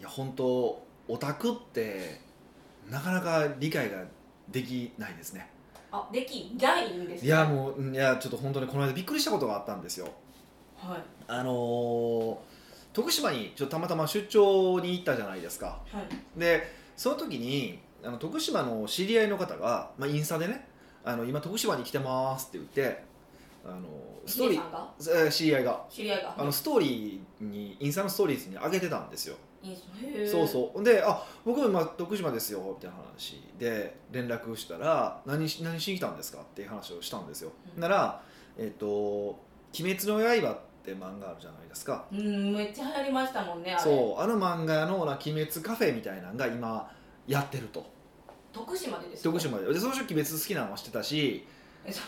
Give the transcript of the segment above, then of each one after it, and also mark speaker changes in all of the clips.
Speaker 1: いや本当オタクってなかなか理解ができないですね
Speaker 2: あできないんです
Speaker 1: いやもううんいやちょっと本当にこの間びっくりしたことがあったんですよ
Speaker 2: はい
Speaker 1: あのー徳島にちょっとたまたま出張に行ったじゃないですか
Speaker 2: はい
Speaker 1: でその時にあの徳島の知り合いの方が、まあ、インスタでねあの今徳島に来てますって言ってあのストーリ
Speaker 2: ヒ
Speaker 1: ー
Speaker 2: デさんが
Speaker 1: えー知り合いが
Speaker 2: 知り合いが
Speaker 1: あのストーリーにインスタのストーリーズに上げてたんですよ
Speaker 2: いいですへー
Speaker 1: そうそうで「あ僕今徳島ですよ」みたいな話で連絡したら何し「何しに来たんですか?」っていう話をしたんですよ、
Speaker 2: うん
Speaker 1: なら「えっ、と「鬼滅の刃」って漫画あるじゃないですか
Speaker 2: うんめっちゃ流行りましたもんねあれ
Speaker 1: そうあの漫画のな「鬼滅カフェ」みたいなのが今やってると
Speaker 2: 徳島でですか
Speaker 1: 徳島ででその時鬼滅好きなのは知ってたし
Speaker 2: えそ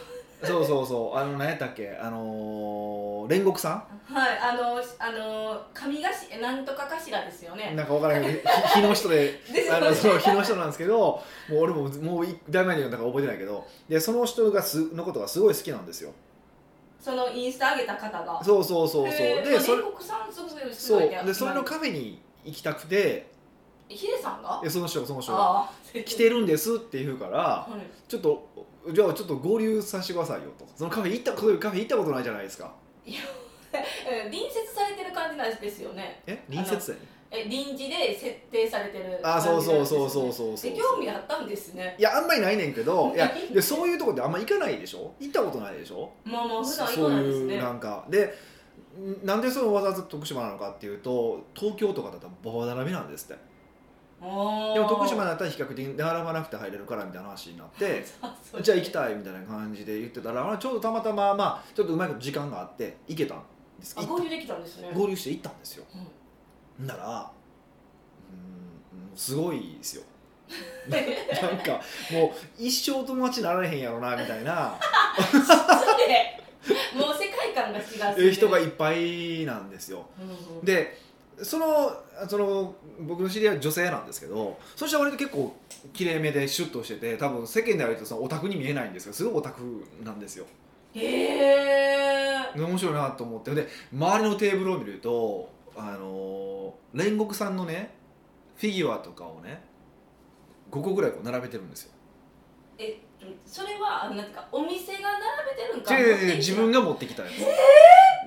Speaker 1: そうそうそうあの何やったっけあのー煉獄さ
Speaker 2: はいあのしあの神がしなんとかかしらですよ
Speaker 1: ん
Speaker 2: ね
Speaker 1: なんか分からへんけどひ火の人で
Speaker 2: です
Speaker 1: あ
Speaker 2: よ
Speaker 1: の
Speaker 2: ね
Speaker 1: そう日の人なんですけどもう俺ももういだいぶ前に読んだから覚えてないけどでその人がすのことがすごい好きなんですよ
Speaker 2: そのインスタ上げた方が
Speaker 1: そうそうそうそう
Speaker 2: へー
Speaker 1: で
Speaker 2: あ
Speaker 1: それ
Speaker 2: 煉獄さんすごいす
Speaker 1: そ
Speaker 2: ごいう
Speaker 1: でそれのカフェに行きたくて
Speaker 2: ヒデさんが
Speaker 1: でその人がその人が
Speaker 2: ああ
Speaker 1: 来てるんですって言うから
Speaker 2: はい
Speaker 1: ちょっとじゃあちょっと合流させてくださいよとそのカフェ行ったことカフェ行ったことないじゃないですか
Speaker 2: えー隣接されてる感じなんですよね
Speaker 1: え隣接だよね
Speaker 2: え臨時で設定されてる
Speaker 1: あ
Speaker 2: 感じ
Speaker 1: そうそうそう
Speaker 2: なん
Speaker 1: そう
Speaker 2: ですよね
Speaker 1: そうそう
Speaker 2: で興味あったんですね
Speaker 1: いやあんまりないねんけどいやでそう
Speaker 2: いう
Speaker 1: いうとこってあんま行かないでしょ行ったことないでしょ
Speaker 2: まあまあ普段行
Speaker 1: そう
Speaker 2: かないです
Speaker 1: い
Speaker 2: ね
Speaker 1: うなんかでんなんでそのわざわざ徳島なのかっていうと東京とかだったらババ並びなんですってで
Speaker 2: で
Speaker 1: も徳島だったら比較的並ばなくて入れるからみたいな話になってじゃあ行きたいみたいな感じで言ってたらあちょうどたまたままあちょっとうまいこと時間があって行けたんです
Speaker 2: あ
Speaker 1: 行っ
Speaker 2: 合流できたんですね
Speaker 1: 合流して行ったんですよ
Speaker 2: うん
Speaker 1: ならうーんすごいですよ なんかもう一生友達になられへんやろなみたいな
Speaker 2: それもう世界観が違うす
Speaker 1: え
Speaker 2: ね
Speaker 1: 人がいっぱいなんですよ
Speaker 2: うんうん
Speaker 1: でそのその僕の知り合いは女性なんですけどそして割と結構きれいめでシュッとしてて多分世間であるとそのオタクに見えないんですけどすごいオタクなんですよ
Speaker 2: へー
Speaker 1: 面白いなと思ってで周りのテーブルを見るとあのー煉獄さんのねフィギュアとかをね5個ぐらいこう並べてるんですよ
Speaker 2: えそれはあのなんていうかお店が並べてるんか
Speaker 1: 違う違う違う自分
Speaker 2: が
Speaker 1: が持ってきたや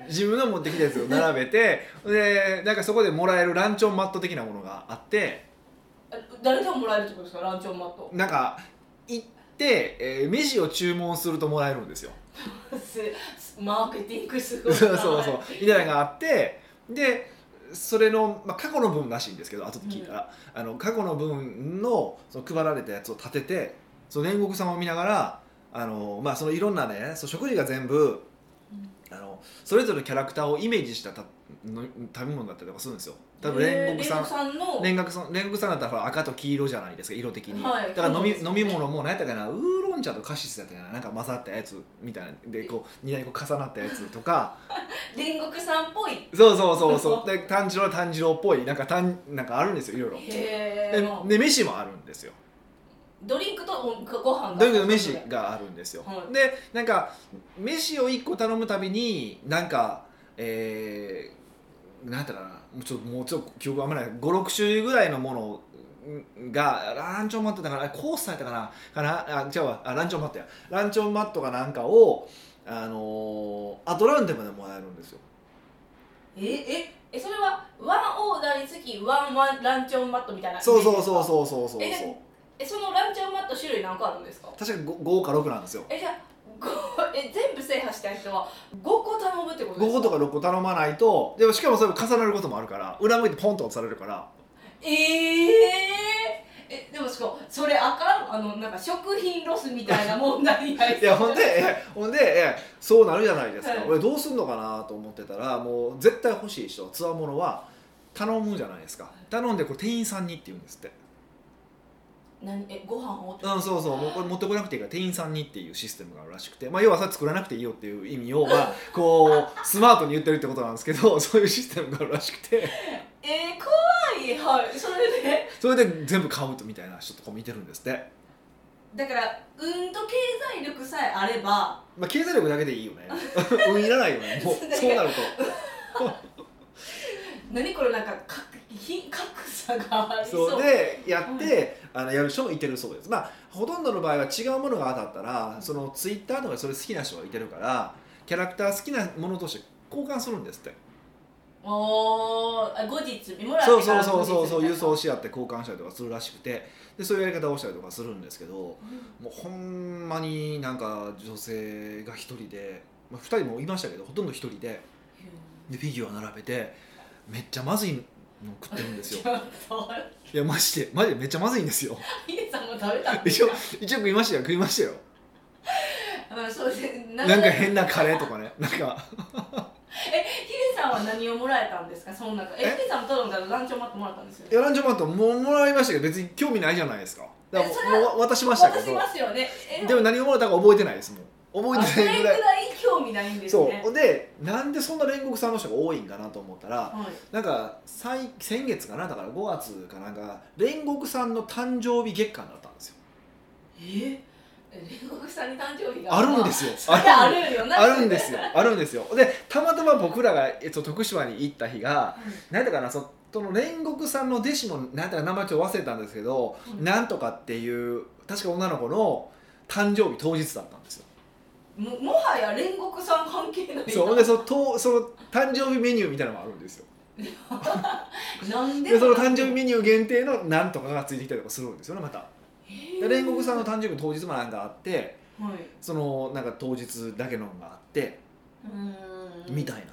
Speaker 1: つ、自分が持ってきたやつを並べてでなんかそこでもらえるランチョンマット的なものがあって
Speaker 2: 誰でももらえるってことですかランチョンマット
Speaker 1: なんか行って、えー、飯を注文するともらえるんですよ
Speaker 2: すマーケティングす ご
Speaker 1: そう
Speaker 2: い
Speaker 1: そうそうみたいなのがあってでそれの、まあ、過去の分らしいんですけど後で聞いたら、あの過去の分のその配られたやつを立ててその煉獄さんを見ながらあの、まあ、そのいろんなねその食事が全部あのそれぞれのキャラクターをイメージしたたの食べ物だったりとかするんですよ多分煉獄さん
Speaker 2: さんの
Speaker 1: 煉獄さん煉獄さんだったらほら赤と黄色じゃないですか色的に、
Speaker 2: はい
Speaker 1: だから飲み
Speaker 2: そうですね
Speaker 1: 飲み物も何やったかなウーロン茶とカシスだったかななんか混ざったやつみたいなでこう二台にこう重なったやつとか
Speaker 2: 煉獄さんっぽい
Speaker 1: そうそうそう そうで炭治郎は炭治郎っぽいなんか炭なんかあるんですよいろいろ
Speaker 2: へ
Speaker 1: で
Speaker 2: ー
Speaker 1: で飯もあるんですよ
Speaker 2: ドリンクとおご飯が
Speaker 1: だけど飯があるんですよ、
Speaker 2: はい
Speaker 1: でなんか飯を1個頼むたびになんかえー、なんていうかなもうちょっともうちょっと記憶あんまない56種類ぐらいのものがランチョンマットだからあコースされたかなかなあ違うわあランチョンマットやランチョンマットかなんかをあのー、アトランテムでもらえるんですよ
Speaker 2: えええそれはワンオーダーにつきワンワンランチョンマットみたいな
Speaker 1: そうそうそう
Speaker 2: う
Speaker 1: そうそうそうそう
Speaker 2: ええそのランチョンマット種類何個あるんですか
Speaker 1: 確か5か6なんですよ
Speaker 2: えじゃあごえ全部制覇した人は5個頼むってことで
Speaker 1: 5
Speaker 2: す
Speaker 1: 個
Speaker 2: か
Speaker 1: とか6個頼まないとでもしかもそれ重なることもあるから裏向いてポンと落とされるから
Speaker 2: えええでもしかもそれあかんあのなんか食品ロスみたいな問題になりそう
Speaker 1: いやほんでえほんでえそうなるじゃないですか、
Speaker 2: はい
Speaker 1: 俺どうすんのかなと思ってたらもう絶対欲しい人つわものは頼むじゃないですか頼んでこれ店員さんにって言うんですって
Speaker 2: 何えご飯を
Speaker 1: うんそうそうもうこれ持ってこなくていいから店員さんにっていうシステムがあるらしくて、まあ、要はさ作らなくていいよっていう意味を、まあ、こうスマートに言ってるってことなんですけど そういうシステムがあるらしくて
Speaker 2: えー、怖いはいそれで
Speaker 1: それで全部買うとみたいな人とか見てるんですって、
Speaker 2: だから運と経済力さえあれば
Speaker 1: まあ、経済力だけでいいよね 運いらないよねもうそうなると
Speaker 2: 何これなんかかひ隠さがありそう
Speaker 1: そうでやって、あのやる人もいてるそうですまあほとんどの場合は違うものが当たったらそのツイッターとかでそれ好きな人がいてるからキャラクター好きなものとして交換するんですって
Speaker 2: おーあ後日もらってか
Speaker 1: そ
Speaker 2: ら後
Speaker 1: う
Speaker 2: 日
Speaker 1: そうそうそうそう
Speaker 2: みたいな
Speaker 1: 郵送し合って交換したりとかするらしくてでそういうやり方をしたりとかするんですけど
Speaker 2: うん
Speaker 1: もうほんまになんか女性が一人で、まあ、2人もいましたけどほとんど一人ででフィギュア並べてめっちゃまずいの食ってるんですよ
Speaker 2: ちょっと
Speaker 1: いやマジでマジでめっちゃまずいんですよ
Speaker 2: ヒデさんも食べたんで
Speaker 1: 一
Speaker 2: す
Speaker 1: 応
Speaker 2: か
Speaker 1: 一応食いましたよ食いましたよ
Speaker 2: あそうですな
Speaker 1: なんか変なカレーとかねなんか
Speaker 2: えヒデさんは何をもらえたんですかその中え
Speaker 1: え
Speaker 2: ヒデさんも頼んだらランチョンマットもらったんですよね
Speaker 1: いやランチョンマットももらいましたけど別に興味ないじゃないですかだから
Speaker 2: え
Speaker 1: も
Speaker 2: それ
Speaker 1: うもう渡しましたけ
Speaker 2: 渡し
Speaker 1: ど
Speaker 2: ますよねえ
Speaker 1: でも何をもらったか覚えてないですもん
Speaker 2: あ
Speaker 1: 覚え
Speaker 2: そ
Speaker 1: て
Speaker 2: れ
Speaker 1: ない
Speaker 2: ぐ
Speaker 1: ぐらい
Speaker 2: らい興味ないんですね
Speaker 1: そうでなんでそんな煉獄さんの人が多いんかなと思ったら
Speaker 2: はい
Speaker 1: なんか最先月かなだから5月かなんか煉獄さんの誕生日月間だったんですよ
Speaker 2: え煉獄さんに誕生日が
Speaker 1: あるんですよ
Speaker 2: まあそりゃあるよな
Speaker 1: あるんですよあるんですよでたまたま僕らが、えっと、徳島に行った日がなんだかなそその煉獄さんの弟子のなんだか名前ちょっと忘れたんですけど、
Speaker 2: うん
Speaker 1: なんとかっていう確か女の子の誕生日当日だったんですよ
Speaker 2: ももはや煉獄さん関係ないな
Speaker 1: そうでそのとその誕生日メニューみたいなのもあるんですよ
Speaker 2: なんで
Speaker 1: でその誕生日メニュー限定のなんとかがついてきたりとかするんですよねまたで煉獄さんの
Speaker 2: は
Speaker 1: 誕生日当日もなんかあって
Speaker 2: いう
Speaker 1: そのなんか当日だけのがあって
Speaker 2: ーん
Speaker 1: みたいない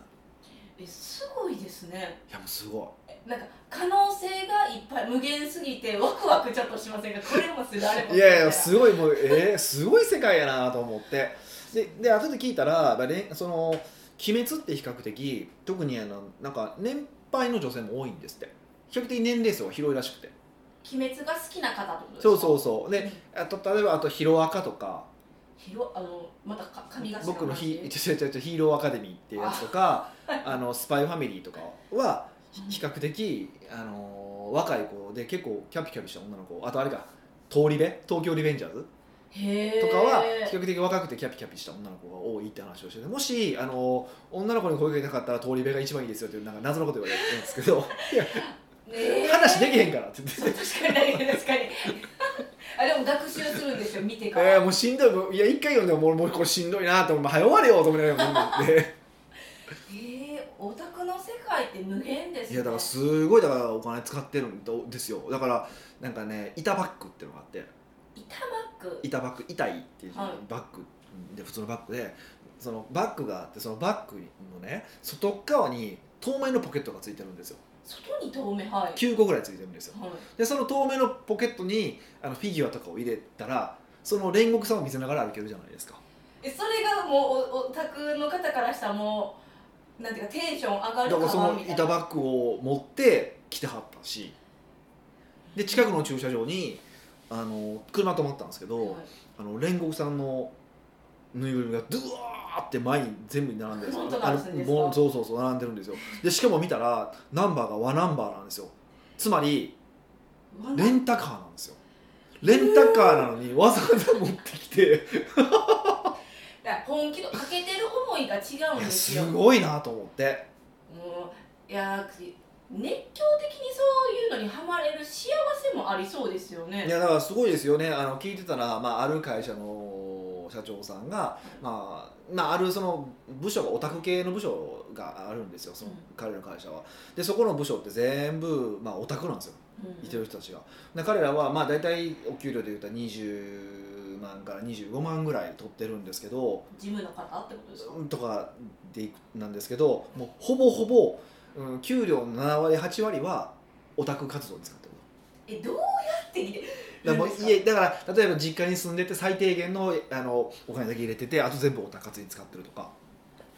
Speaker 2: えすごいですね
Speaker 1: やもうすごい
Speaker 2: えなんか可能性がいっぱい無限すぎてワクワクちょっとしませんがこれもするあれも
Speaker 1: いやいや
Speaker 2: す
Speaker 1: すごいもうえー、すごい世界やなと思ってでで後で聞いたらやっぱれんその鬼滅って比較的特にあのなんか年配の女性も多いんですって比較的年齢層が広いらしくて
Speaker 2: 鬼滅が好きな方ってことですか
Speaker 1: そうそううそう
Speaker 2: で
Speaker 1: であと例えばあと「ヒロアカ」とか
Speaker 2: 広あのまたか髪が
Speaker 1: 僕のヒ「ちょちょちょヒーローアカデミー」っていうやつとか「あのスパイファミリー」とかは比較的、あの若い子で結構キャピキャピした女の子あとあれか「東リベ東京リベンジャーズ」
Speaker 2: へー
Speaker 1: とかは比較的若くてキャピキャピした女の子が多いって話をしててもしあの女の子に声かけたかったら通り部が一番いいですよっていうなんか謎のこと言われてるんですけどいや
Speaker 2: えー
Speaker 1: 話できへんからって言って。
Speaker 2: 確かに確かに あでも学習するんですよ見てから、
Speaker 1: えー、もうしんどいもういや一回読んでももうもうこれしんどいなと思って 早終われよと思いながら読んでて
Speaker 2: えー、オタクの世界って無限ですね
Speaker 1: いやだからすごいだからお金使ってるんですよだからなんかね板バッグっていうのがあって
Speaker 2: 板マック
Speaker 1: 板バッグ痛いっていう
Speaker 2: はい
Speaker 1: バッグで普通のバッグでそのバッグがあってそのバッグのね外側に透明のポケットがついてるんですよ
Speaker 2: 外に透明はい、
Speaker 1: 9個ぐらいついてるんですよ
Speaker 2: はい、
Speaker 1: でその透明のポケットにあのフィギュアとかを入れたらその煉獄さんを見せながら歩けるじゃないですか
Speaker 2: えそれがもうおオタクの方からしたらもうなんていうかテンション上が
Speaker 1: だ
Speaker 2: る
Speaker 1: か
Speaker 2: から
Speaker 1: その板バッグを持って来てはったしで近くの駐車場にあの車止まったんですけど、
Speaker 2: はい
Speaker 1: あの煉獄さんのぬいぐるみがドゥワーって前に全部並んでる
Speaker 2: 本当なんですね
Speaker 1: あのぼんそうそうそう並んでるんですよでしかも見たらナンバーが和ナンバーなんですよつまり
Speaker 2: うわ
Speaker 1: レンタカーなんですよレンタカーなのにわざわざ持ってきて
Speaker 2: だから本気のかけてる思いが違うん
Speaker 1: いや
Speaker 2: ですよ
Speaker 1: すごいなと思って
Speaker 2: もういやー熱狂的にそういうのにハマれる幸せもありそうですよね
Speaker 1: いやだからすごいですよねあの聞いてたら、まあ、ある会社の社長さんが、まあまあ、あるその部署がオタク系の部署があるんですよその
Speaker 2: うん
Speaker 1: 彼らの会社はでそこの部署って全部、まあ、オタクなんですよ
Speaker 2: うん
Speaker 1: いてる人たちがで彼らはまあ大体お給料でいうと20万から25万ぐらい取ってるんですけど
Speaker 2: ジムの方ってことですか
Speaker 1: とかでいくなんですけどもうほぼほぼ、うん、給料の7割8割はオタク活動に使ってる
Speaker 2: えどうやってきて
Speaker 1: だからもう
Speaker 2: ですか
Speaker 1: 家だから例えば実家に住んでて最低限のあのお金だけ入れててあと全部おたかつに使ってるとか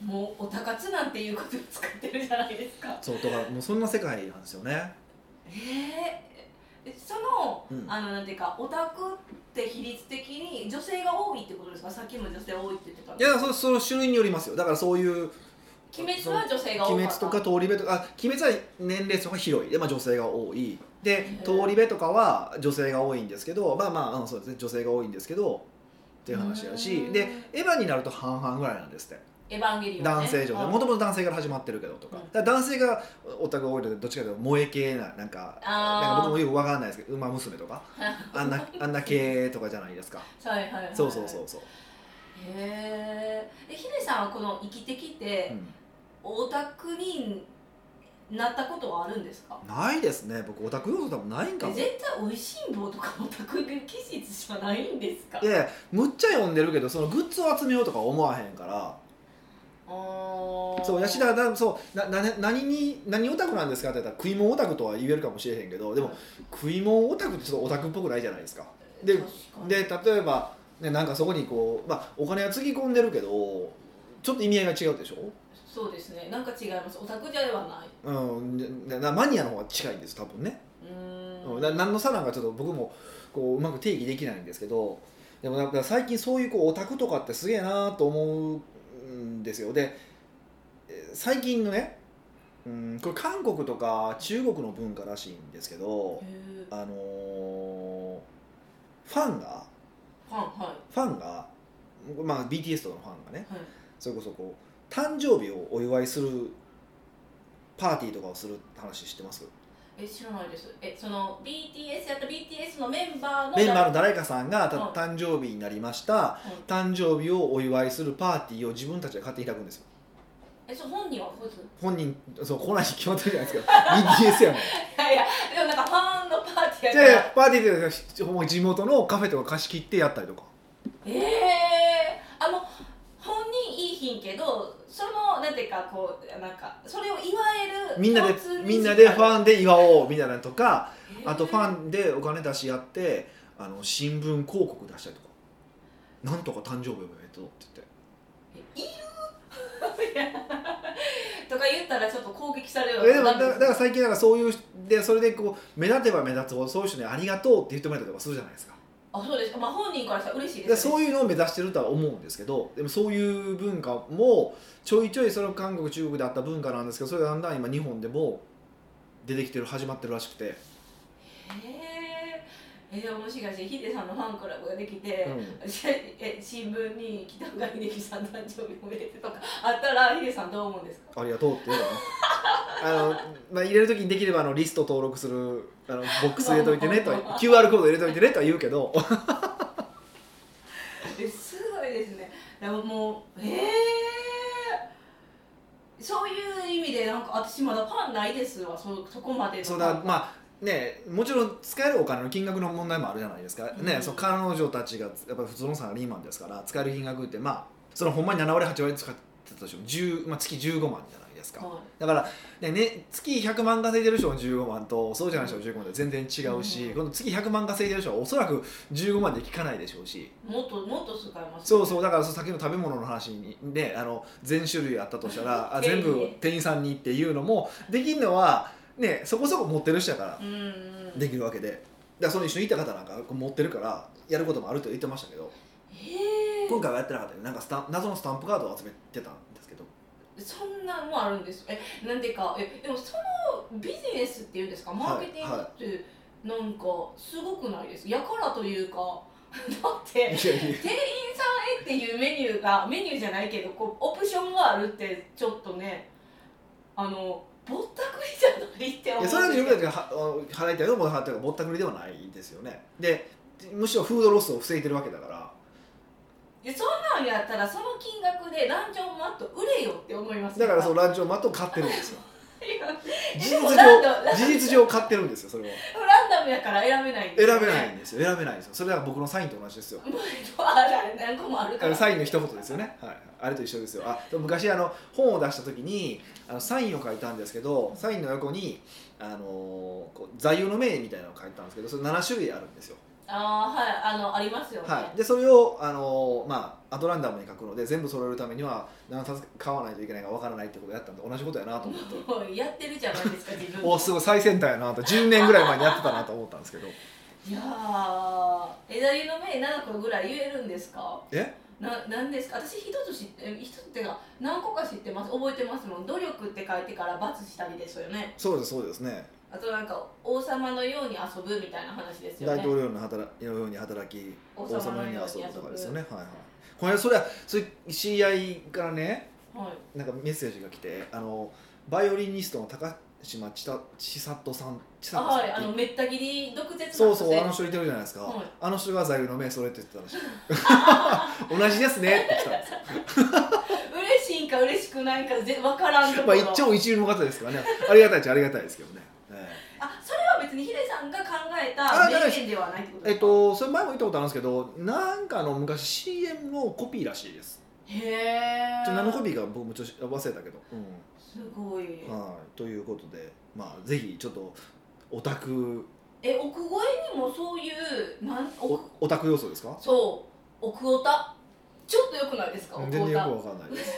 Speaker 2: もうおたかつなんていうことを使ってるじゃないですか
Speaker 1: そうとかもうそんな世界なんですよね
Speaker 2: えーえその、
Speaker 1: うん
Speaker 2: あのなんていうかオタクって比率的に女性が多いってことですかさっきも女性多いって言ってたん
Speaker 1: い
Speaker 2: で
Speaker 1: やそその種類によりますよだからそういう
Speaker 2: 鬼滅は女性が多
Speaker 1: 鬼滅
Speaker 2: かった
Speaker 1: とか通り部とかあ鬼滅は年齢層が広いで、まあ、女性が多いで
Speaker 2: へー
Speaker 1: 通り部とかは女性が多いんですけどまあまあうんそうですね女性が多いんですけどっていう話や
Speaker 2: うー
Speaker 1: し
Speaker 2: ん
Speaker 1: でエヴァになると半々ぐらいなんですって
Speaker 2: エヴァンゲリオン、ね、
Speaker 1: 男性上で
Speaker 2: あ
Speaker 1: もともと男性から始まってるけどとか,、
Speaker 2: うん
Speaker 1: だから男性がオタクが多いのでどっちかというと萌え系ななんか
Speaker 2: あー
Speaker 1: なんか僕もよくわからないですけど「馬娘」と かあんなあんな系とかじゃないですか
Speaker 2: はいはいはいはい
Speaker 1: そうそうそうそう、
Speaker 2: へえヒデさんはこの生きてきて、
Speaker 1: うん
Speaker 2: オタクになったことはあるんですか
Speaker 1: ないですね僕オタク要素多分ないんかも
Speaker 2: 絶対「おいしん坊」とかオタク気質しかないんですか
Speaker 1: でむっちゃ読んでるけどそのグッズを集めようとか思わへんからそう吉田だそうなな何に何オタクなんですかって言ったら食い物オタクとは言えるかもしれへんけどでも食い物オタクってちょっとオタクっぽくないじゃないですかでで例えば、ね、なんかそこにこう、まあ、お金はつぎ込んでるけどちょっと意味合いが違うでしょ、
Speaker 2: そうですねなんか違いますオタクじゃではない
Speaker 1: うんで、なマニアの方が近いんです多分ね、
Speaker 2: うーん
Speaker 1: うん、な何の差なんかちょっと僕もこううまく定義できないんですけどでもなんか最近そういうこうオタクとかってすげえなと思うんですよでえー最近のね、うん、これ韓国とか中国の文化らしいんですけど
Speaker 2: へ、ー
Speaker 1: あのーファンが
Speaker 2: ファンはい
Speaker 1: ファンが、まあ、BTS とかのファンがね
Speaker 2: はい
Speaker 1: それこそこう誕生日をお祝いするパーティーとかをする話知ってます
Speaker 2: え知らないですえその BTS やった BTS のメンバーの
Speaker 1: メンバーの誰かさんがた
Speaker 2: うん
Speaker 1: 誕生日になりました
Speaker 2: うん
Speaker 1: 誕生日をお祝いするパーティーを自分たちで勝手に開くんですよ
Speaker 2: えそう本人は普 通
Speaker 1: 本人そう来ないに決まってるじゃない ですか BTS やもん
Speaker 2: いやいやでもなんかファンのパーティー
Speaker 1: じ
Speaker 2: やから
Speaker 1: ゃあパーティーでほんま地元のカフェとか貸し切ってやったりとか
Speaker 2: ええー、あの本人いいひんけどそのなんていうかこうなんかそれを祝える
Speaker 1: みんなで
Speaker 2: 共通認識
Speaker 1: みんなでフ
Speaker 2: ン
Speaker 1: ァンで祝おうみたいなのとかあとファンでお金出し合ってあの新聞広告出したりとか「なんとか誕生日おめでとう」って言って。
Speaker 2: いるいやとか言ったらちょっと攻撃されるよ
Speaker 1: えでもだだから最近なんかそういうでそれでこう目立てば目立つほどそういう人にありがとうって言ってもらえたりとかするじゃないですか
Speaker 2: あそうですまあ本人からしたら嬉しい
Speaker 1: で
Speaker 2: ですよ
Speaker 1: そういうのを目指してるとは思うんですけどでもそういう文化もちょいちょいその韓国中国であった文化なんですけどそれがだんだん今日本でも出てきてる始まってるらしくて、
Speaker 2: ねえー、えでももしかしてヒデさんのファンクラブができて、
Speaker 1: うん
Speaker 2: え新聞に北岡秀樹さん誕生日おめでとうとかあったらヒデさんどう思うんですか
Speaker 1: ありがとうって言うかな あの、まあ、入れる時にできればあのリスト登録するあのボックス入れといて ねとは QR コード入れといてねとは言うけど
Speaker 2: えすごいですねでももうえー、そういう意味でなんか私まだファンないですわそそこまでの
Speaker 1: そうだまあねもちろん使えるお金の金額の問題もあるじゃないですか、ね
Speaker 2: うん
Speaker 1: そう彼女たちがやっぱり普通のサラリーマンですから使える金額ってまあそのほんまに7割8割使ってたとしても、10まあ、月15万じゃないですか、
Speaker 2: は
Speaker 1: だから、ねね、月100万稼いでる人の15万とそうじゃない人の15万って全然違うし、
Speaker 2: うん
Speaker 1: この月100万稼いでる人はおそらく15万で効かないでしょうし
Speaker 2: い、もっともっと使います
Speaker 1: そうそうだからその先の食べ物の話にねあの全種類あったとしたら あ全部店員さんにっていうのもできるのは、ね、そこそこ持ってる人だから
Speaker 2: ううんうん
Speaker 1: できるわけでだからその一緒にいた方なんかこう持ってるからやることもあると言ってましたけど
Speaker 2: え
Speaker 1: 今回はやってなかったけどなんかスタン謎のスタンプカードを集めてたんですけど
Speaker 2: ー、そんなんもあるんですえなんていうかえでもそのビジネスっていうんですかマーケティングってなんかすごくないですやからというか だって
Speaker 1: いやいや
Speaker 2: 店員さんへっていうメニューがメニューじゃないけどこうオプションがあるってちょっとねあのぼったくりじゃないって
Speaker 1: い
Speaker 2: 思う
Speaker 1: やそれは自分たちがはあの払いたいのも払ってるぼったくりではないですよねでむしろフードロスを防いでるわけだから
Speaker 2: でそんなんやったらその金額でランチョンマット売れよって思います
Speaker 1: だからそ
Speaker 2: そう
Speaker 1: ランチョンマットを買ってるんですよ事実
Speaker 2: でも
Speaker 1: 上
Speaker 2: ランドラン
Speaker 1: 事実上買ってるんですよそれは
Speaker 2: ランダムやから選べないんです
Speaker 1: 選
Speaker 2: よね
Speaker 1: べないんですよ選べないんですよそれは僕のサインと同じですよ
Speaker 2: もうあら何個もある
Speaker 1: あ
Speaker 2: から
Speaker 1: のサインの一言ですよね、はい、あれと一緒ですよあでも昔あの本を出した時にあのサインを書いたんですけどサインの横に、あのーこう座右の銘みたいなのを書いたんですけどそれ7種類あるんですよ、
Speaker 2: ああはいあのありますよね、
Speaker 1: はい、でそれを、あのーまあ、アドランダムに書くので全部揃えるためには何冊買わないといけないかわからないってことをやったんで同じことやなと思って
Speaker 2: もうやってるじゃないですか自分で
Speaker 1: おすごい最先端やなと10年ぐらい前にやってたなと思ったんですけど
Speaker 2: いやー枝湯の目7個ぐらい言えるんですか
Speaker 1: え
Speaker 2: ななんですか私一つ知って一つってか何個か知ってます覚えてますもん努力って書いてから罰したりですよね
Speaker 1: そうですそうですね
Speaker 2: あとなんか王様のように遊ぶみたいな話ですよ
Speaker 1: 大
Speaker 2: ね
Speaker 1: 統領の働きのように働き
Speaker 2: 王
Speaker 1: 王
Speaker 2: 様
Speaker 1: 様
Speaker 2: の
Speaker 1: の
Speaker 2: ように
Speaker 1: ように遊
Speaker 2: 遊ぶ
Speaker 1: ぶとかですよねはいはいこれそれはそれ知り合いからね
Speaker 2: はい
Speaker 1: なんかメッセージが来てあのバイオリニストの高島千里さん千里さん
Speaker 2: あはい、あ
Speaker 1: って
Speaker 2: のめった切り毒舌な
Speaker 1: そうそうあの
Speaker 2: 人
Speaker 1: 人いてるじゃないですか、
Speaker 2: はい
Speaker 1: あの人が座右の銘それって言ってたらしい 同じですねって来たんですよ
Speaker 2: 嬉しいんか嬉しくないんかぜ分からんとこ
Speaker 1: まあ
Speaker 2: ろ、
Speaker 1: 一朝一流の方ですからねありがたいっちゃありがたいですけどね、え
Speaker 2: あそれは別にヒデさんが考え
Speaker 1: あ
Speaker 2: た
Speaker 1: じゃない
Speaker 2: 名
Speaker 1: です
Speaker 2: 言ではないってこと
Speaker 1: ええっ
Speaker 2: ですか
Speaker 1: とそれ前も言ったことあるんですけどなんかあの昔 CM のコピーらしいです
Speaker 2: へえ
Speaker 1: ちょ何のコピーか僕もちょっと忘れたけど、
Speaker 2: すごい
Speaker 1: うんはい、ということでまあぜひちょっとオタク
Speaker 2: え奥越えにもそういうなん
Speaker 1: お
Speaker 2: 奥
Speaker 1: オタク要素ですか
Speaker 2: そう奥オタちょっとよくないですか奥
Speaker 1: 全
Speaker 2: オ
Speaker 1: 然よ
Speaker 2: タ
Speaker 1: くわかんないです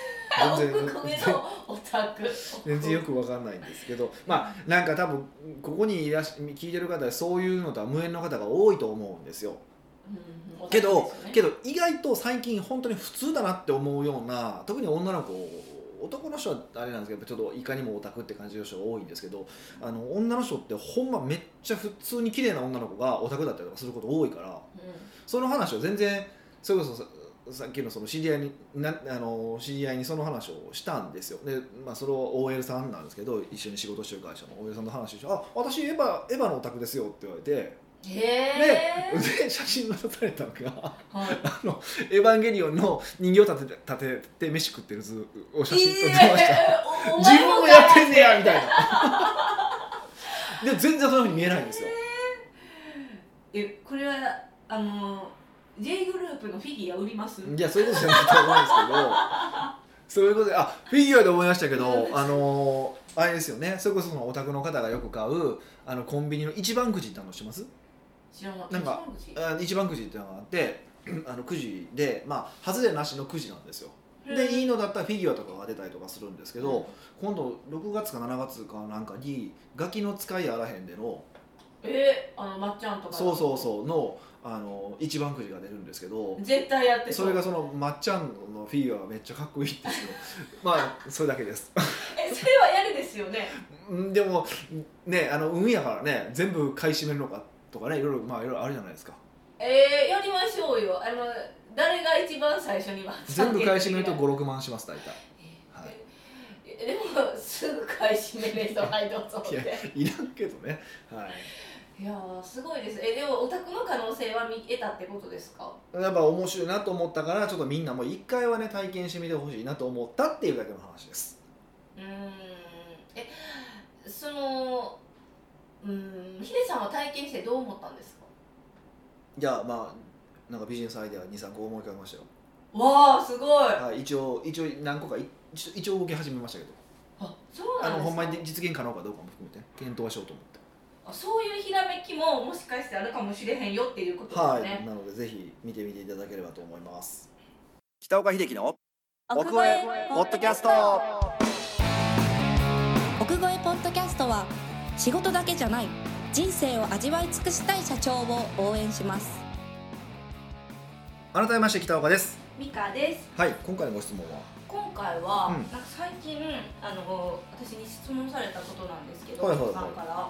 Speaker 2: 奥
Speaker 1: 全
Speaker 2: 越
Speaker 1: 然
Speaker 2: えのオタク
Speaker 1: 全然よくわかんないんですけどまあなんか多分ここにいらし聞いてる方でそういうのとは無縁の方が多いと思うんですよ
Speaker 2: うんうん
Speaker 1: けど、け
Speaker 2: ど
Speaker 1: ど意外と最近本当に普通だなって思うような特に女の子男の人はあれなんですけどちょっといかにもオタクって感じの人が多いんですけどあの女の人ってほんまめっちゃ普通に綺麗な女の子がオタクだったりとかすること多いからその話を全然それこそささっきのその知り合いになあの知り合いにその話をしたんですよで、まあ、それを OL さんなんですけど一緒に仕事してる会社の OL さんの話をして「あ私エヴァエヴァのオタクですよ」って言われて
Speaker 2: へえ
Speaker 1: で写真が撮られたのが。
Speaker 2: はい
Speaker 1: あの「エヴァンゲリオン」の人形立てて立てて飯食ってる図を写真撮ってました、
Speaker 2: えーおお前
Speaker 1: 自分もやってんねやみたいなでも全然そんなふうに見えないんですよ
Speaker 2: えこれはあの J グループのフィギュア売ります
Speaker 1: いやそういうことじゃないと思うんですけどそういうことであフィギュアで思いましたけどあのーあれですよねそれこそそのお宅の方がよく買うあのコンビニの一番くじってあの知ってます
Speaker 2: 知らない
Speaker 1: なんか
Speaker 2: 知ら
Speaker 1: あの一番くじっていうのがあってあのくじでまあ外れなしのくじなんですよ
Speaker 2: ない
Speaker 1: でいいのだったらフィギュアとかが出たりとかするんですけ
Speaker 2: け
Speaker 1: ど、今度6月か7月かなんかに「ガキの使いあらへん」での
Speaker 2: えーあのまっちゃんとか
Speaker 1: そうそうそうのあの一番くじが出るんですけど
Speaker 2: 絶対やって
Speaker 1: それがそのまっちゃんのフィギュアがめっちゃかっこいいんですよまあそれだけです
Speaker 2: えそれはやるですよね
Speaker 1: うんでもねあの運やからね全部買い占めるのかとかねいろいろまあいろいろあるじゃないですか
Speaker 2: えー、やりましょうよあの誰が一番最初には
Speaker 1: 全部買い占めると56万します大体はい
Speaker 2: えでもすぐ買い占める人はいどうぞって
Speaker 1: いい らんけどねはい
Speaker 2: いやーすごいですえでもオタクの可能性は見得たってことですか
Speaker 1: やっぱ面白いなと思ったからちょっとみんなも一回はね体験してみてほしいなと思ったっていうだけの話です
Speaker 2: うーんえそのうーんヒデさんは体験してどう思ったんですか
Speaker 1: じゃあまあなんかビジネスアイデア23個思い浮かべましたよ、
Speaker 2: わあすごいあ
Speaker 1: はい、一応一応何個かい一応一応動き始めましたけど
Speaker 2: そう
Speaker 1: あ
Speaker 2: なんで
Speaker 1: の
Speaker 2: すか
Speaker 1: ほんまに実現可能かどうかも含めて検討はしようと思って
Speaker 2: あそういうひらめきももしかしてあるかもしれへんよっていうこと
Speaker 1: は
Speaker 2: です
Speaker 1: い
Speaker 2: ね、
Speaker 1: なのでぜひ見てみていただければと思います北岡秀樹の
Speaker 3: 奥越えポッドキャスト奥越えポッドキャストは仕事だけじゃない人生を味わい尽くしたい社長を応援します
Speaker 1: 改めまして北岡です
Speaker 2: ミカです
Speaker 1: はい今回のご質問は
Speaker 2: 今回は、
Speaker 1: うん
Speaker 2: なんか最近あの私に質問されたことなんですけど、
Speaker 1: はいはいはい
Speaker 2: さんから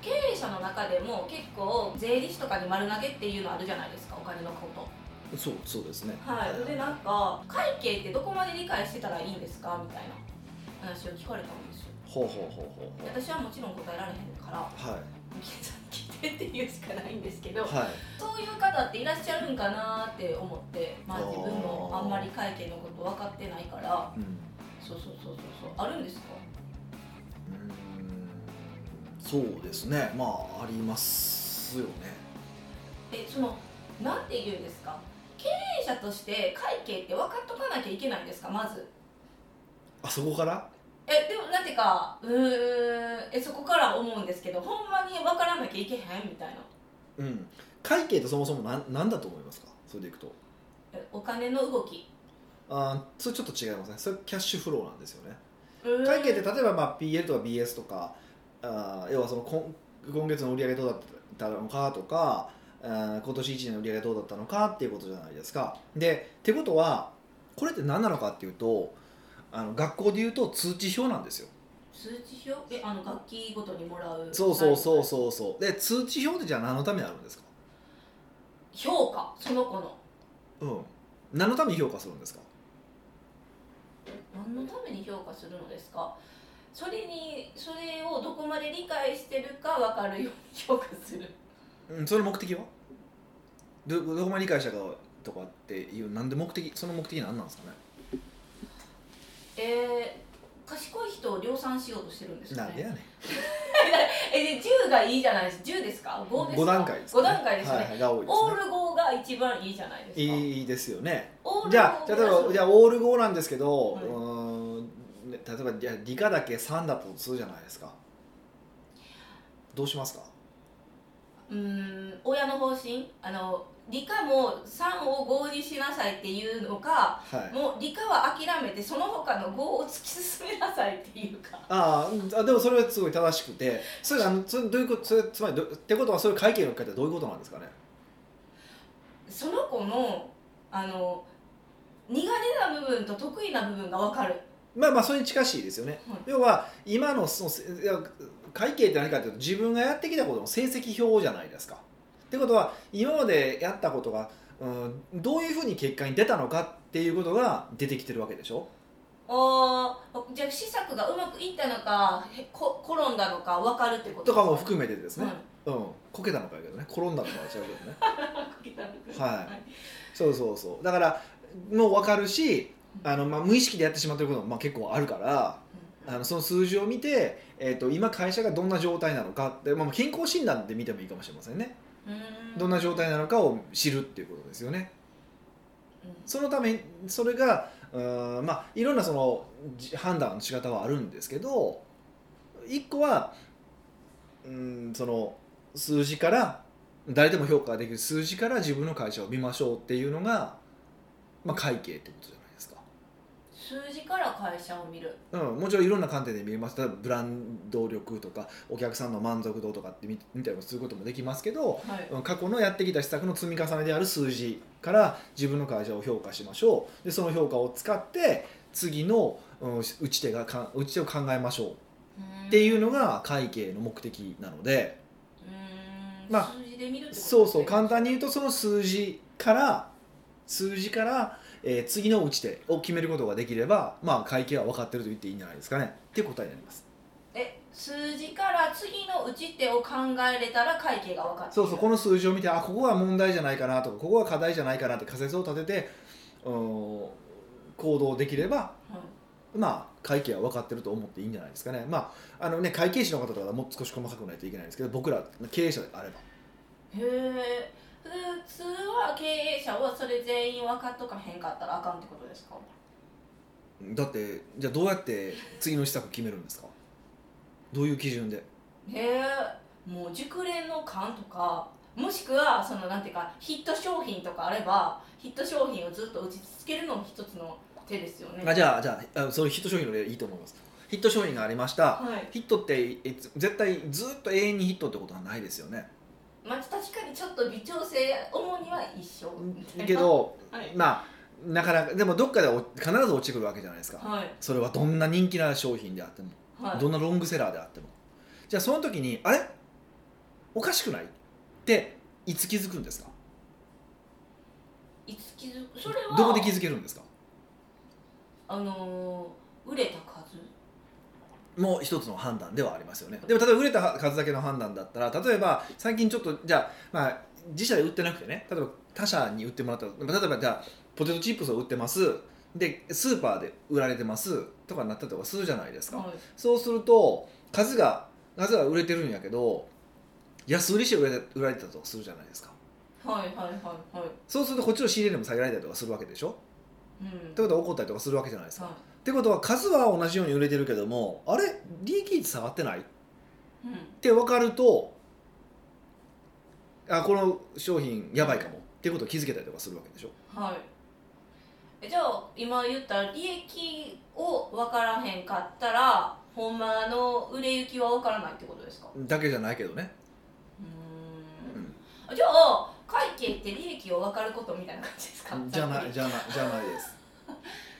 Speaker 2: 経営者の中でも結構税理士とかに丸投げっていうのあるじゃないですかお金のこと
Speaker 1: そうそうですね
Speaker 2: はいそれでなんか会計ってどこまで理解してたらいいんですかみたいな話を聞かれたんですよ
Speaker 1: ほうほうほうほうほう
Speaker 2: 私はもちろん答えられへんから
Speaker 1: はい
Speaker 2: 皆さん聞いてって言うしかないんですけど
Speaker 1: はい
Speaker 2: そういう方っていらっしゃるんかなって思ってまあ自分もあんまり会計のこと分かってないから
Speaker 1: うん
Speaker 2: そうそうそうそうそうあるんですか
Speaker 1: うーんそうですねまあありますよね
Speaker 2: えそのなんて言うんですか経営者として会計って分かっとかなきゃいけないんですかまず
Speaker 1: あそこから
Speaker 2: えでもなんていうかうーんえそこから思うんですけどほんまに分からなきゃいけへんみたいな
Speaker 1: うん、会計ってそもそも何何だと思いますかそれでいくと
Speaker 2: えお金の動き
Speaker 1: あーそれちょっと違いますねそれキャッシュフローなんですよね
Speaker 2: 会
Speaker 1: 会計って例えば、まあ、PL とか BS とかあー要はその今今月の売り上げどうだったのかとかあー今年1年の売り上げどうだったのかっていうことじゃないですかでってことはこれって何なのかっていうとあの学校でいうと通知表なんですよ
Speaker 2: 数値表えあの楽器ごとにもらう
Speaker 1: そうそうそう
Speaker 2: う
Speaker 1: そうそうで通知表ってじゃあ何のためにあるんですか
Speaker 2: 評価その子の
Speaker 1: うん何のために評価するんですか
Speaker 2: って何のために評価するのですかそれにそれをどこまで理解してるか分かるように評価する
Speaker 1: うん、その目的はどどこまで理解したかとかっていうなんで目的その目的なんなんですかね
Speaker 2: えー、賢い人を量産しようとしてるんですか
Speaker 1: なんで
Speaker 2: ね
Speaker 1: やねん
Speaker 2: えで10がいいじゃないです10ですか5ですか
Speaker 1: 5段階です
Speaker 2: 5段階ですね、
Speaker 1: はいはい、が多いで
Speaker 2: オー
Speaker 1: す
Speaker 2: ル5が一番いいじゃないですか
Speaker 1: ねいいですよね
Speaker 2: オール
Speaker 1: じゃあ例えばじ
Speaker 2: ゃ
Speaker 1: ゃあオール5なんですけど、
Speaker 2: はいう
Speaker 1: ーんね例えばじゃあ理科だけ3だとするじゃないですかどうしますか
Speaker 2: うーん親の方針あの理科も3を5にしなさいっていうのか
Speaker 1: はい
Speaker 2: もう理科は諦めてその他の語を突き進めなさいっていうか
Speaker 1: あーあでもそれはすごい正しくてそれあのそれどういうことそれつまりどってことはそういう会計の書き方はどういうことなんですかね
Speaker 2: その子のあの苦手な部分と得意な部分が分かる
Speaker 1: まあまあそれに近しいですよね、
Speaker 2: はい
Speaker 1: 要は今のそのせいや会計って何かっていうと自分がやってきたことの成績表じゃないですか。ってことは今までやったことが、うん、どういうふうに結果に出たのかっていうことが出てきてるわけでしょ
Speaker 2: あーじゃあ試作がうまくいったのかへこ転んだのか分かるってこと
Speaker 1: とかも
Speaker 2: め
Speaker 1: 含めてですね、うん、こけたのかやけどね転んだのかは違うけどね はいそうそうそうだからもう分かるしあの、まあ、無意識でやってしまってることもまあ結構あるからあのその数字を見て、えー、と今会社がどんな状態なのかって、まあ、健康診断で見てもいいかもしれませんねどんな状態なのかを知るっていうことですよねそのためそれがうーんまあいろんなそのじ判断の仕方はあるんですけど一個はうーんその数字から誰でも評価できる数字から自分の会社を見ましょうっていうのが、まあ、会計ってことじゃないですか。
Speaker 2: 数字から会社を見る
Speaker 1: うん、もちろんいろんな観点で見えます例えばブランド力とかお客さんの満足度とかって見見たりもすることもできますけど
Speaker 2: はい
Speaker 1: うん過去のやってきた施策の積み重ねである数字から自分の会社を評価しましょうでその評価を使って次の、うん、打ち手がか打ち手を考えましょうっていうのが会計の目的なので
Speaker 2: うーん
Speaker 1: まあ
Speaker 2: 数字で見るってことですね
Speaker 1: そうそう簡単に言うとその数字から数字から、えー次の打ち手を決めることができれば、まあ、会計は分かってると言っていいんじゃないですかねっていう答えになります。
Speaker 2: え数字から次の打ち手を考えれたら会計が分かって
Speaker 1: そうそうこの数字を見てあここが問題じゃないかなとかここが課題じゃないかなって仮説を立ててうん行動できれば
Speaker 2: はい
Speaker 1: まあ会計は分かってると思っていいんじゃないですかねまああのね会計士の方とかはもう少し細かくないといけないんですけど僕ら経営者であれば
Speaker 2: へえ普通は経営者はそれ全員分かっとかへんかったらあかんってことですか
Speaker 1: だってじゃあどうやって次の施策決めるんですかどういう基準で
Speaker 2: へえもう熟練の勘とかもしくはそのなんていうかヒット商品とかあればヒット商品をずっと打ち続けるのも一つの手ですよね
Speaker 1: あじゃあじゃああそのヒット商品の例いいと思いますヒット商品がありました
Speaker 2: はい
Speaker 1: ヒットっていつ絶対ずっと永遠にヒットってことはないですよね
Speaker 2: まあ確かにちょっと微調整主には一緒みたいな
Speaker 1: けど
Speaker 2: はい
Speaker 1: まあなかなかでもどっかでお必ず落ちてくるわけじゃないですか、
Speaker 2: はい
Speaker 1: それはどんな人気な商品であっても、
Speaker 2: はい
Speaker 1: どんなロングセラーであってもじゃあその時にあれおかしくないっていつ気づくんですか
Speaker 2: いつ気づくそれは
Speaker 1: どこで気づけるんですか
Speaker 2: あのー売れた数
Speaker 1: もう一つの判断ではありますよねでも例えば売れた数だけの判断だったら例えば最近ちょっとじゃあ,、まあ自社で売ってなくてね例えば他社に売ってもらったら例えばじゃあポテトチップスを売ってますでスーパーで売られてますとかになったりとかするじゃないですか、
Speaker 2: はい
Speaker 1: そうすると数が数が売れてるんやけど安売りして売れて売られてたとするじゃないですか
Speaker 2: はいはいはいはい
Speaker 1: そうするとこっちの仕入れ値も下げられたりとかするわけでしょ
Speaker 2: うん
Speaker 1: ということは怒ったりとかするわけじゃないですか、
Speaker 2: は
Speaker 1: ってことは数は同じように売れてるけどもあれ利益率下がってないっ
Speaker 2: いうん
Speaker 1: て分かるとあこの商品やばいかもっていうことを気づけたりとかするわけでしょ
Speaker 2: はいえじゃあ今言った利益を分からへんかったらほんまの売れ行きは分からないってことですか
Speaker 1: だけじゃないけどね
Speaker 2: う
Speaker 1: うん
Speaker 2: ーんじゃあ会計って利益を分かることみたいな感じですか
Speaker 1: じゃ
Speaker 2: ざっ
Speaker 1: な
Speaker 2: く
Speaker 1: い
Speaker 2: り
Speaker 1: じゃないじゃないです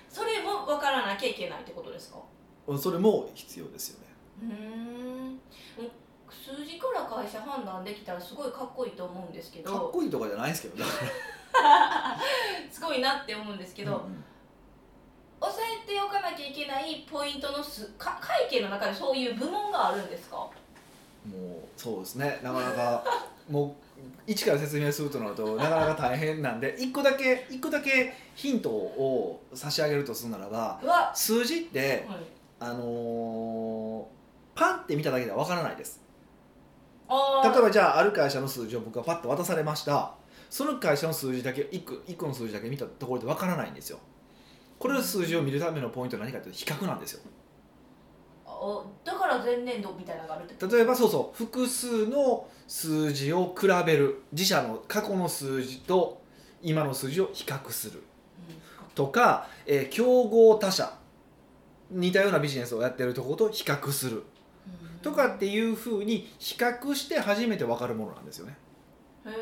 Speaker 2: それも分からなきゃいけないってことですか
Speaker 1: それも必要ですよね
Speaker 2: うーん数字から会社判断できたらすごいかっこいいと思うんですけ
Speaker 1: かっ
Speaker 2: ど
Speaker 1: こいいとかじゃないですけどだか
Speaker 2: すごいなって思うんですけど、
Speaker 1: うん
Speaker 2: 抑えっておかなきゃいけないポイントのすか会計の中でそういう部門があるんですか
Speaker 1: もうそうですねなかなか もう一から説明するとなるとなかなか大変なんで一個だけ一個だけヒントを差し上げるとするならば
Speaker 2: は、
Speaker 1: 数字って
Speaker 2: はい、
Speaker 1: あのーパンって見ただけではわからないです
Speaker 2: あー
Speaker 1: 例えばじゃあある会社の数字を僕がパッと渡されましたその会社の数字だけ一個一個の数字だけ見たところでわからないんですよこれの数字を見るためのポイントは何かというと比較なんですよ
Speaker 2: あだから前年度みたいなのがあるって
Speaker 1: 例えばそうそう複数の数字を比べる自社の過去の数字と今の数字を比較するとか、えー競合他社似たようなビジネスをやってるところと比較する
Speaker 2: うん
Speaker 1: とかっていうふうに比較して初めて分かるものなんですよね。
Speaker 2: へえ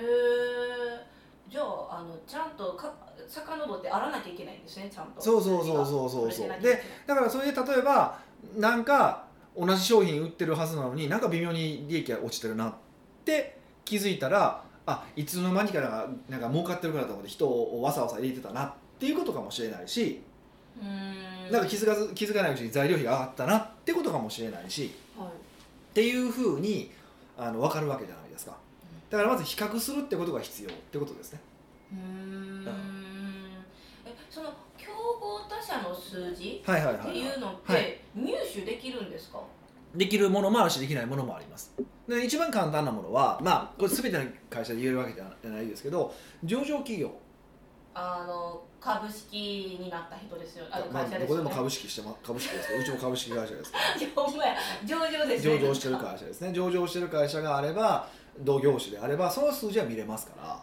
Speaker 2: じゃああのちゃんとか遡って洗わなきゃいけないんですねちゃんと
Speaker 1: そうそうそうそうそうそう
Speaker 2: れ
Speaker 1: でだからそれで例えばなんか同じ商品売ってるはずなのになんか微妙に利益が落ちてるなって気づいたらあいつの間にかなんかなんか儲かってるからと思って人をわさわさ入れてたなっていうことかもしれないし、
Speaker 2: うーん
Speaker 1: なんか気づかず気づかないうちに材料費が上がったなってことかもしれないし
Speaker 2: はい
Speaker 1: っていうふうにあの分かるわけじゃないですかだからまず比較するってことが必要ってことですね
Speaker 2: うーんえその競合他社の数字
Speaker 1: はいはい
Speaker 2: って
Speaker 1: はい、
Speaker 2: いうのっ
Speaker 1: は
Speaker 2: て入手できるんですか、
Speaker 1: できるものもあるしできないものもありますで一番簡単なものはまあこれ全ての会社で言えるわけじゃないですけど上場企業
Speaker 2: あの株式になった人ですよあの
Speaker 1: まあ
Speaker 2: 会社
Speaker 1: ど
Speaker 2: です
Speaker 1: こ
Speaker 2: よ
Speaker 1: で
Speaker 2: ね、
Speaker 1: も株式してま株式ですけどうちも株式会社です
Speaker 2: いやほんまや上場ですね
Speaker 1: 上場してる会社ですね上場してる会社があれば同業種であればその数字は見れますか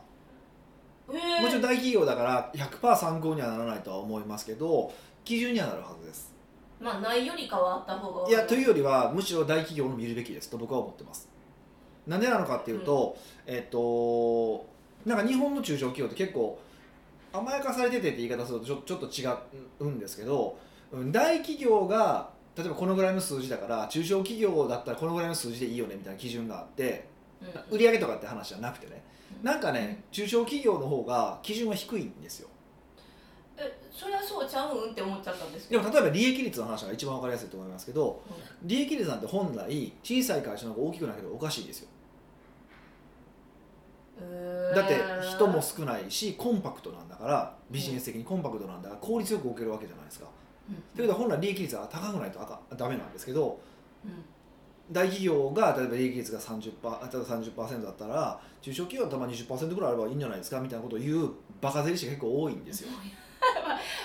Speaker 1: ら
Speaker 2: へえ
Speaker 1: もちろん大企業だから100%参考にはならないとは思いますけど基準にはなるはずです
Speaker 2: まあないよりかはあった方が
Speaker 1: いやという
Speaker 2: う
Speaker 1: よりはむしろ大企業の見るべきですと僕は思ってますなんでなのかっていうと、えっとなんか日本の中小企業って結構甘やかされててって言い方するとちょちょっと違うんですけどうん大企業が例えばこのぐらいの数字だから中小企業だったらこのぐらいの数字でいいよねみたいな基準があって売上とかって話じゃなくてねなんかね中小企業の方が基準は低いんですよ
Speaker 2: えそりゃそうちゃうんって思っちゃったんですけ
Speaker 1: で
Speaker 2: ど
Speaker 1: も例えば利益率の話が一番わかりやすいと思いますけど利益率なんて本来小さい会社の方が大きくなければおかしいですよだって人も少ないしコンパクトなんだからビジネス的にコンパクトなんだから効率よく置けるわけじゃないですか。ということは本来利益率が高くないとあかダメなんですけど大企業が例えば利益率が 30%, あ例えば30だったら中小企業だったら20%ぐらいあればいいんじゃないですかみたいなことを言うバカ税理士が結構多いんですよ。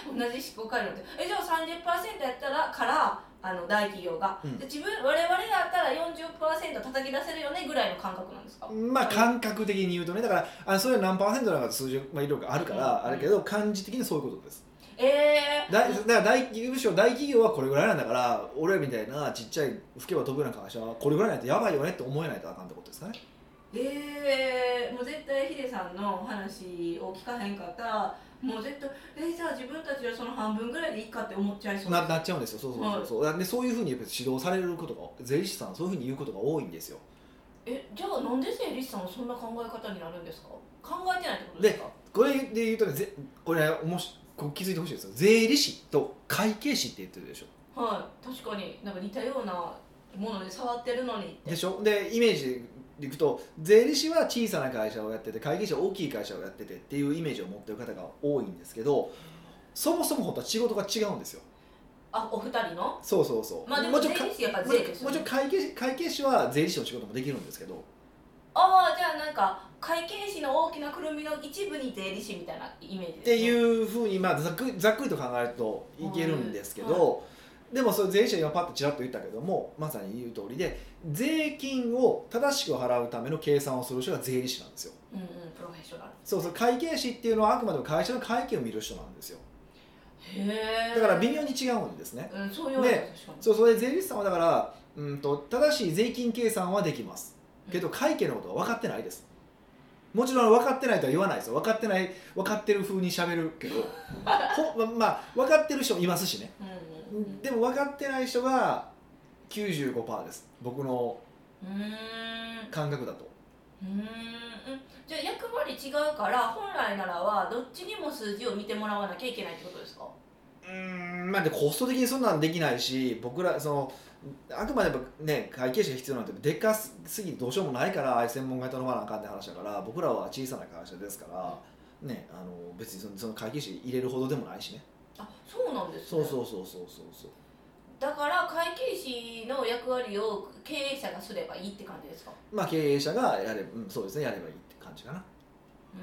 Speaker 2: 同じ思考回路でえじゃあ30%やったらからあの大企業が、
Speaker 1: うん
Speaker 2: で自分我々だったら40%叩き出せるよねぐらいの感覚なんですか、
Speaker 1: まあ感覚的に言うとねだからあそれは何パーセントなのか数字、まあ、色があるからあれけど感じ的にそういうことです。
Speaker 2: えー、
Speaker 1: だだから大企業むしろ大企業はこれぐらいなんだから俺らみたいなちっちゃい吹けば飛ぶような会社はこれぐらいないとやばいよねって思えないとあかんってことですかね
Speaker 2: えー、もう絶対ヒデさんの話を聞かへんかったらもう絶対えじゃあ自分たちはその半分ぐらいでいいかって思っちゃいそう
Speaker 1: ななっちゃうんですよそうそうそうそう、でそういうふうにやっぱり指導されることが税理士さんはそういうふうに言うことが多いんですよ
Speaker 2: えじゃあなんで税理士さんはそんな考え方になるんですか考えてないってことですか
Speaker 1: これで言うとねぜこれおもしこう気づいてほしいですよ税理士と会計士って言ってるでしょ
Speaker 2: はい確かになんか似たようなもので触ってるのにって
Speaker 1: でしょでイメージでいくと税理士は小さな会社をやってて会計士は大きい会社をやっててっていうイメージを持ってる方が多いんですけどそもそも本当は仕事が違うんですよ
Speaker 2: あお二人の
Speaker 1: そうそうそう、
Speaker 2: まあで
Speaker 1: も
Speaker 2: も
Speaker 1: ちろ
Speaker 2: 税
Speaker 1: んか
Speaker 2: 理士やっぱ
Speaker 1: もち
Speaker 2: 税
Speaker 1: ろん
Speaker 2: です
Speaker 1: もち
Speaker 2: よ
Speaker 1: ろん
Speaker 2: ね
Speaker 1: 会計士会計士は税理士の仕事もできるんですけど
Speaker 2: ああじゃあなんか会計士の大きなくるみの一部に税理士みたいなイメージ
Speaker 1: っ
Speaker 2: ですね
Speaker 1: ていうふうに、まあ、ざっくざっくりと考えるといけるんですけど、でもそれ税理士は今パッとちらっと言ったけどもまさに言う通りで税金を正しく払うための計算をする人が税理士なんですよ
Speaker 2: うんうんプロフェッショナル
Speaker 1: そうそう会計士っていうのはあくまでも会社の会計を見る人なんですよ
Speaker 2: へえ
Speaker 1: だから微妙に違うんですね
Speaker 2: うんそういうわけ
Speaker 1: で
Speaker 2: 確かに
Speaker 1: そうそれで税理士さんはだからうんと正しい税金計算はできますけど会計のことは分かってないですもちろん分かってないとは言わないですよ分かってない分かってる風にしゃべるけどほままあ分かってる人もいますしね
Speaker 2: うんうんうん
Speaker 1: でも分かってない人が95%です僕の
Speaker 2: うーんう
Speaker 1: 感覚だと
Speaker 2: ーんじゃあ役割違うから本来ならはどっちにも数字を見てもらわなきゃいけないってことですか
Speaker 1: ううんまあでコスト的にそんなんできないし僕らそのあくまでやっぱね会計士が必要なんてでかすぎてどうしようもないからああいう専門家に頼まなあかんって話だから僕らは小さな会社ですから、ね、あの別にそのその会計士入れるほどでもないしね
Speaker 2: あそうなんです、
Speaker 1: そ
Speaker 2: ね、
Speaker 1: うそうそうそうそうそう
Speaker 2: だから会計士の役割を経営者がすればいいって感じですか、
Speaker 1: まあ経営者がやれ、うん、そうですねやればいいって感じかな、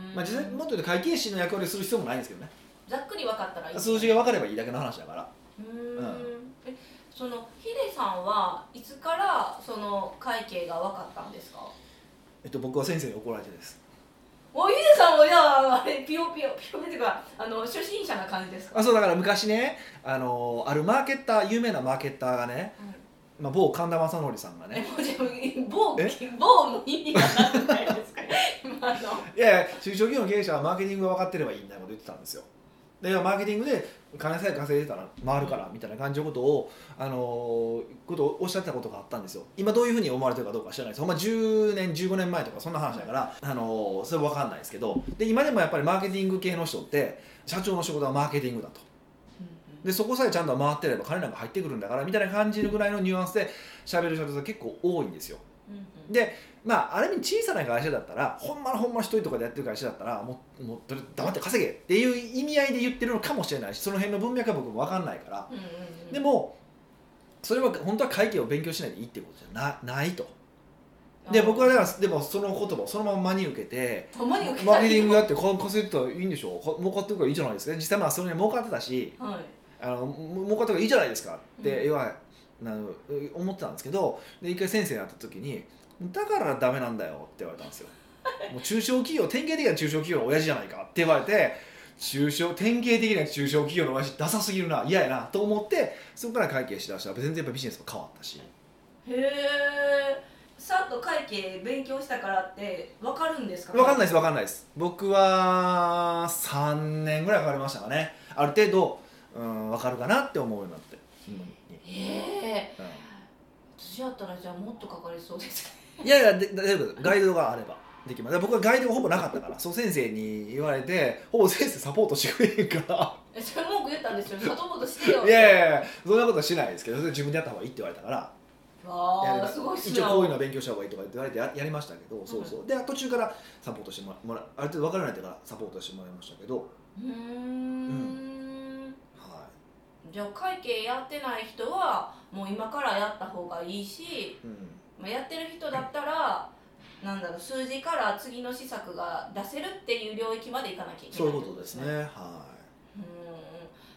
Speaker 2: うん
Speaker 1: まあ、実際もっと言うと会計士の役割をする必要もないんですけどね
Speaker 2: ざっくり分かったらいい
Speaker 1: 数字が分かればいいだけの話だから
Speaker 2: うーんえそのヒデさんはいつからその会計が分かったんですか
Speaker 1: えっと僕は先生に怒られてです
Speaker 2: おヒデさんもじゃああれピヨピヨピヨピヨっていうかあの初心者な感じですか、
Speaker 1: あそうだから昔ねあのあるマーケッター有名なマーケッターがね、
Speaker 2: うん
Speaker 1: まあ、某神田正則さんが
Speaker 2: え
Speaker 1: ね
Speaker 2: もうでも某
Speaker 1: え
Speaker 2: 某の意味がなくないですか今の
Speaker 1: いやいや中小企業の経営者はマーケティングが分かってればいいみたいなこと言ってたんですよでマーケティングで金さえ稼いでたら回るからみたいな感じのことを、あのことをおっしゃってたことがあったんですよ今どういうふうに思われてるかどうか知らないですほんま10年15年前とかそんな話だから、あのそれは分かんないですけどで今でもやっぱりマーケティング系の人って社長の仕事はマーケティングだとでそこさえちゃんと回ってれば金なんか入ってくるんだからみたいな感じるぐらいのニュアンスで喋る人が結構多いんですよ
Speaker 2: うんうん
Speaker 1: でまあある意味小さな会社だったらほんまのほんま一人とかでやってる会社だったらもうもうとりあえず黙って稼げっていう意味合いで言ってるのかもしれないしその辺の文脈は僕も分かんないから、
Speaker 2: うんうんうん
Speaker 1: でもそれは本当は会計を勉強しないでいいってことじゃなないとで僕はだからでもその言葉をそのまま真に受けて
Speaker 2: ほんまに受け
Speaker 1: マ
Speaker 2: た
Speaker 1: ーケティング
Speaker 2: は
Speaker 1: やってこ稼いでたらいいんでしょか儲かってるからいいじゃないですか実際まあそれに儲かってたし
Speaker 2: い
Speaker 1: あのも儲かったからいいじゃないですかって言わ、あの思ってたんですけどで一回先生に会った時に「だからダメなんだよ」って言われたん ですよ。もう中小企業典型的な中小企業の親父じゃないかって言われて中小典型的な中小企業の親父ダサすぎるな嫌やなと思ってそこから会計しだしたら全然やっぱビジネスも変わったし
Speaker 2: へえさっと会計勉強したからって分かるんですか
Speaker 1: 分かんないです分かんないです僕は3年ぐらいかかりましたかねある程度、うん、分かるかなって思うようになって、 うん
Speaker 2: へえ
Speaker 1: うん
Speaker 2: 私やったらじゃあもっとかかりそうですね
Speaker 1: いやいやで大丈夫ガイドがあればできますだから僕はガイドがほぼなかったからそう先生に言われてほぼ先生サポートしてくれへん か
Speaker 2: えそれ文句言った んですよサポートしてよ
Speaker 1: らいやいやいやそんなことはしないですけどそれ自分でやった方がいいって言われたからやれ
Speaker 2: わ
Speaker 1: ば
Speaker 2: あすごい素
Speaker 1: 一応こういう
Speaker 2: 直
Speaker 1: のは勉強した方がいいとかって言われてややりましたけどそうそう、で途中からサポートしてもらもらある程度分からないというからサポートしてもらいましたけど、
Speaker 2: うーん
Speaker 1: は
Speaker 2: じゃあ会計やってない人はもう今からやった方がいいし、
Speaker 1: いうん、
Speaker 2: まあ、やってる人だったら、なんだろう数字から次の施策が出せるっていう領域までいかなきゃいけない
Speaker 1: そういうことですね
Speaker 2: う
Speaker 1: は
Speaker 2: ーん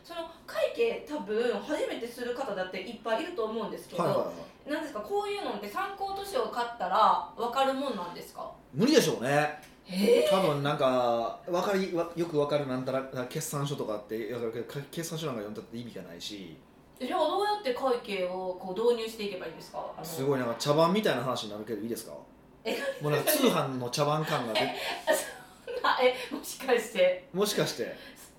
Speaker 2: その会計多分初めてする方だっていっぱいいると思うんです
Speaker 1: い
Speaker 2: けど、
Speaker 1: はいはいはい
Speaker 2: なんですかこういうのって参考図書を買ったら分かるもんなんですか
Speaker 1: 無理でしょうね
Speaker 2: え
Speaker 1: 多分なんかわかりわよくわかるなんたら決算書とかってわかるけどか決算書なんか読んだって意味がないし
Speaker 2: じゃあどうやって会計をこう導入していけばいいんですかあの
Speaker 1: すごいなんか茶番みたいな話になるけどいいですか
Speaker 2: え
Speaker 1: もうなんか通販の茶番感がで
Speaker 2: あえもしかして
Speaker 1: もしかして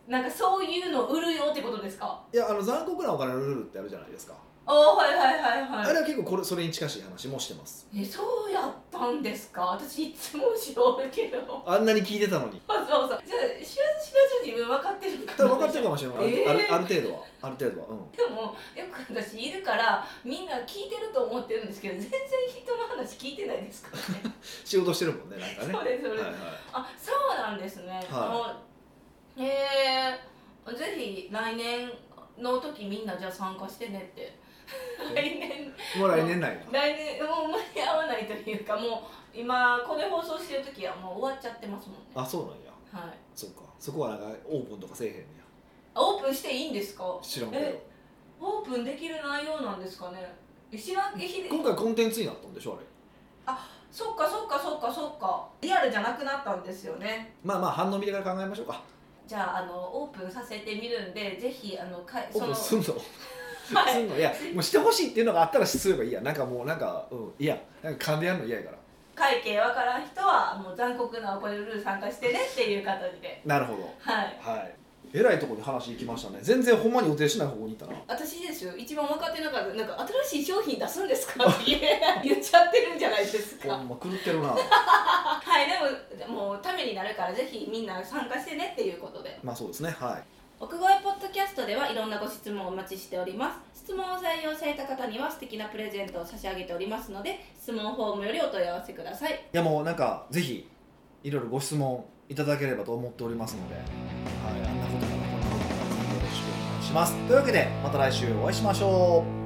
Speaker 2: なんかそういうの売るよってことですか
Speaker 1: いやあの残酷なお金のルールってあるじゃないですか、
Speaker 2: あはいはいはいはい
Speaker 1: あれは結構これそれに近しい話もしてます
Speaker 2: えそうやったんですか私いつもしよるけど
Speaker 1: あんなに聞いてたのに
Speaker 2: そうそうじゃあ知らず知らず自分分かってるか
Speaker 1: 多
Speaker 2: ら
Speaker 1: 分分かってるかもしれない、
Speaker 2: えー
Speaker 1: あるある程度はある程度はうん
Speaker 2: でもよく私いるからみんな聞いてると思ってるんですけど全然人の話聞いてないですからね
Speaker 1: 仕事してるもんねなんかね
Speaker 2: それそれ、
Speaker 1: はいはい
Speaker 2: あそうなんですね、あのへえぜひ来年の時みんなじゃあ参加してねって来年
Speaker 1: もう来年ないな
Speaker 2: 来年もう間に合わないというかもう今これ放送してる時はもう終わっちゃってますもんね
Speaker 1: あそうなんや
Speaker 2: はい
Speaker 1: そうかそこはなんかオープンとかせえへんねや
Speaker 2: オープンしていいんですか
Speaker 1: 知らんけど
Speaker 2: えオープンできる内容なんですかね知らんえひで
Speaker 1: 今回コンテンツになったんでしょあれ
Speaker 2: そっかそっかそっかそっかリアルじゃなくなったんですよね
Speaker 1: まあまあ反応見てから考えましょうか
Speaker 2: じゃああのオープンさせてみるんでぜひあのかい
Speaker 1: オープンすんの
Speaker 2: はい
Speaker 1: すんのいやもうしてほしいっていうのがあったらすればいいやなんかもうなんかうんいやなんか勘でやるの嫌やから
Speaker 2: 会計わからん人はもう残酷なこれルール参加してねっていう形で
Speaker 1: なるほど
Speaker 2: はい
Speaker 1: はいえらいところに話行きましたね全然ほんまに予定しない方向に行ったな
Speaker 2: 私ですよ一番分かってなかったなんか新しい商品出すんですかって言え言っちゃってるんじゃないですか
Speaker 1: ほんま狂ってるな
Speaker 2: はいでももうためになるからぜひみんな参加してねっていうことで
Speaker 1: まあそうですねはい
Speaker 2: 奥越ポッドキャキャストではいろんなご質問をお待ちしております質問を採用された方には素敵なプレゼントを差し上げておりますので質問フォームよりお問い合わせください
Speaker 1: いやもうなんかぜひいろいろご質問いただければと思っておりますので、はい、あんなことからこんなことからよろしくお願いしますというわけでまた来週お会いしましょう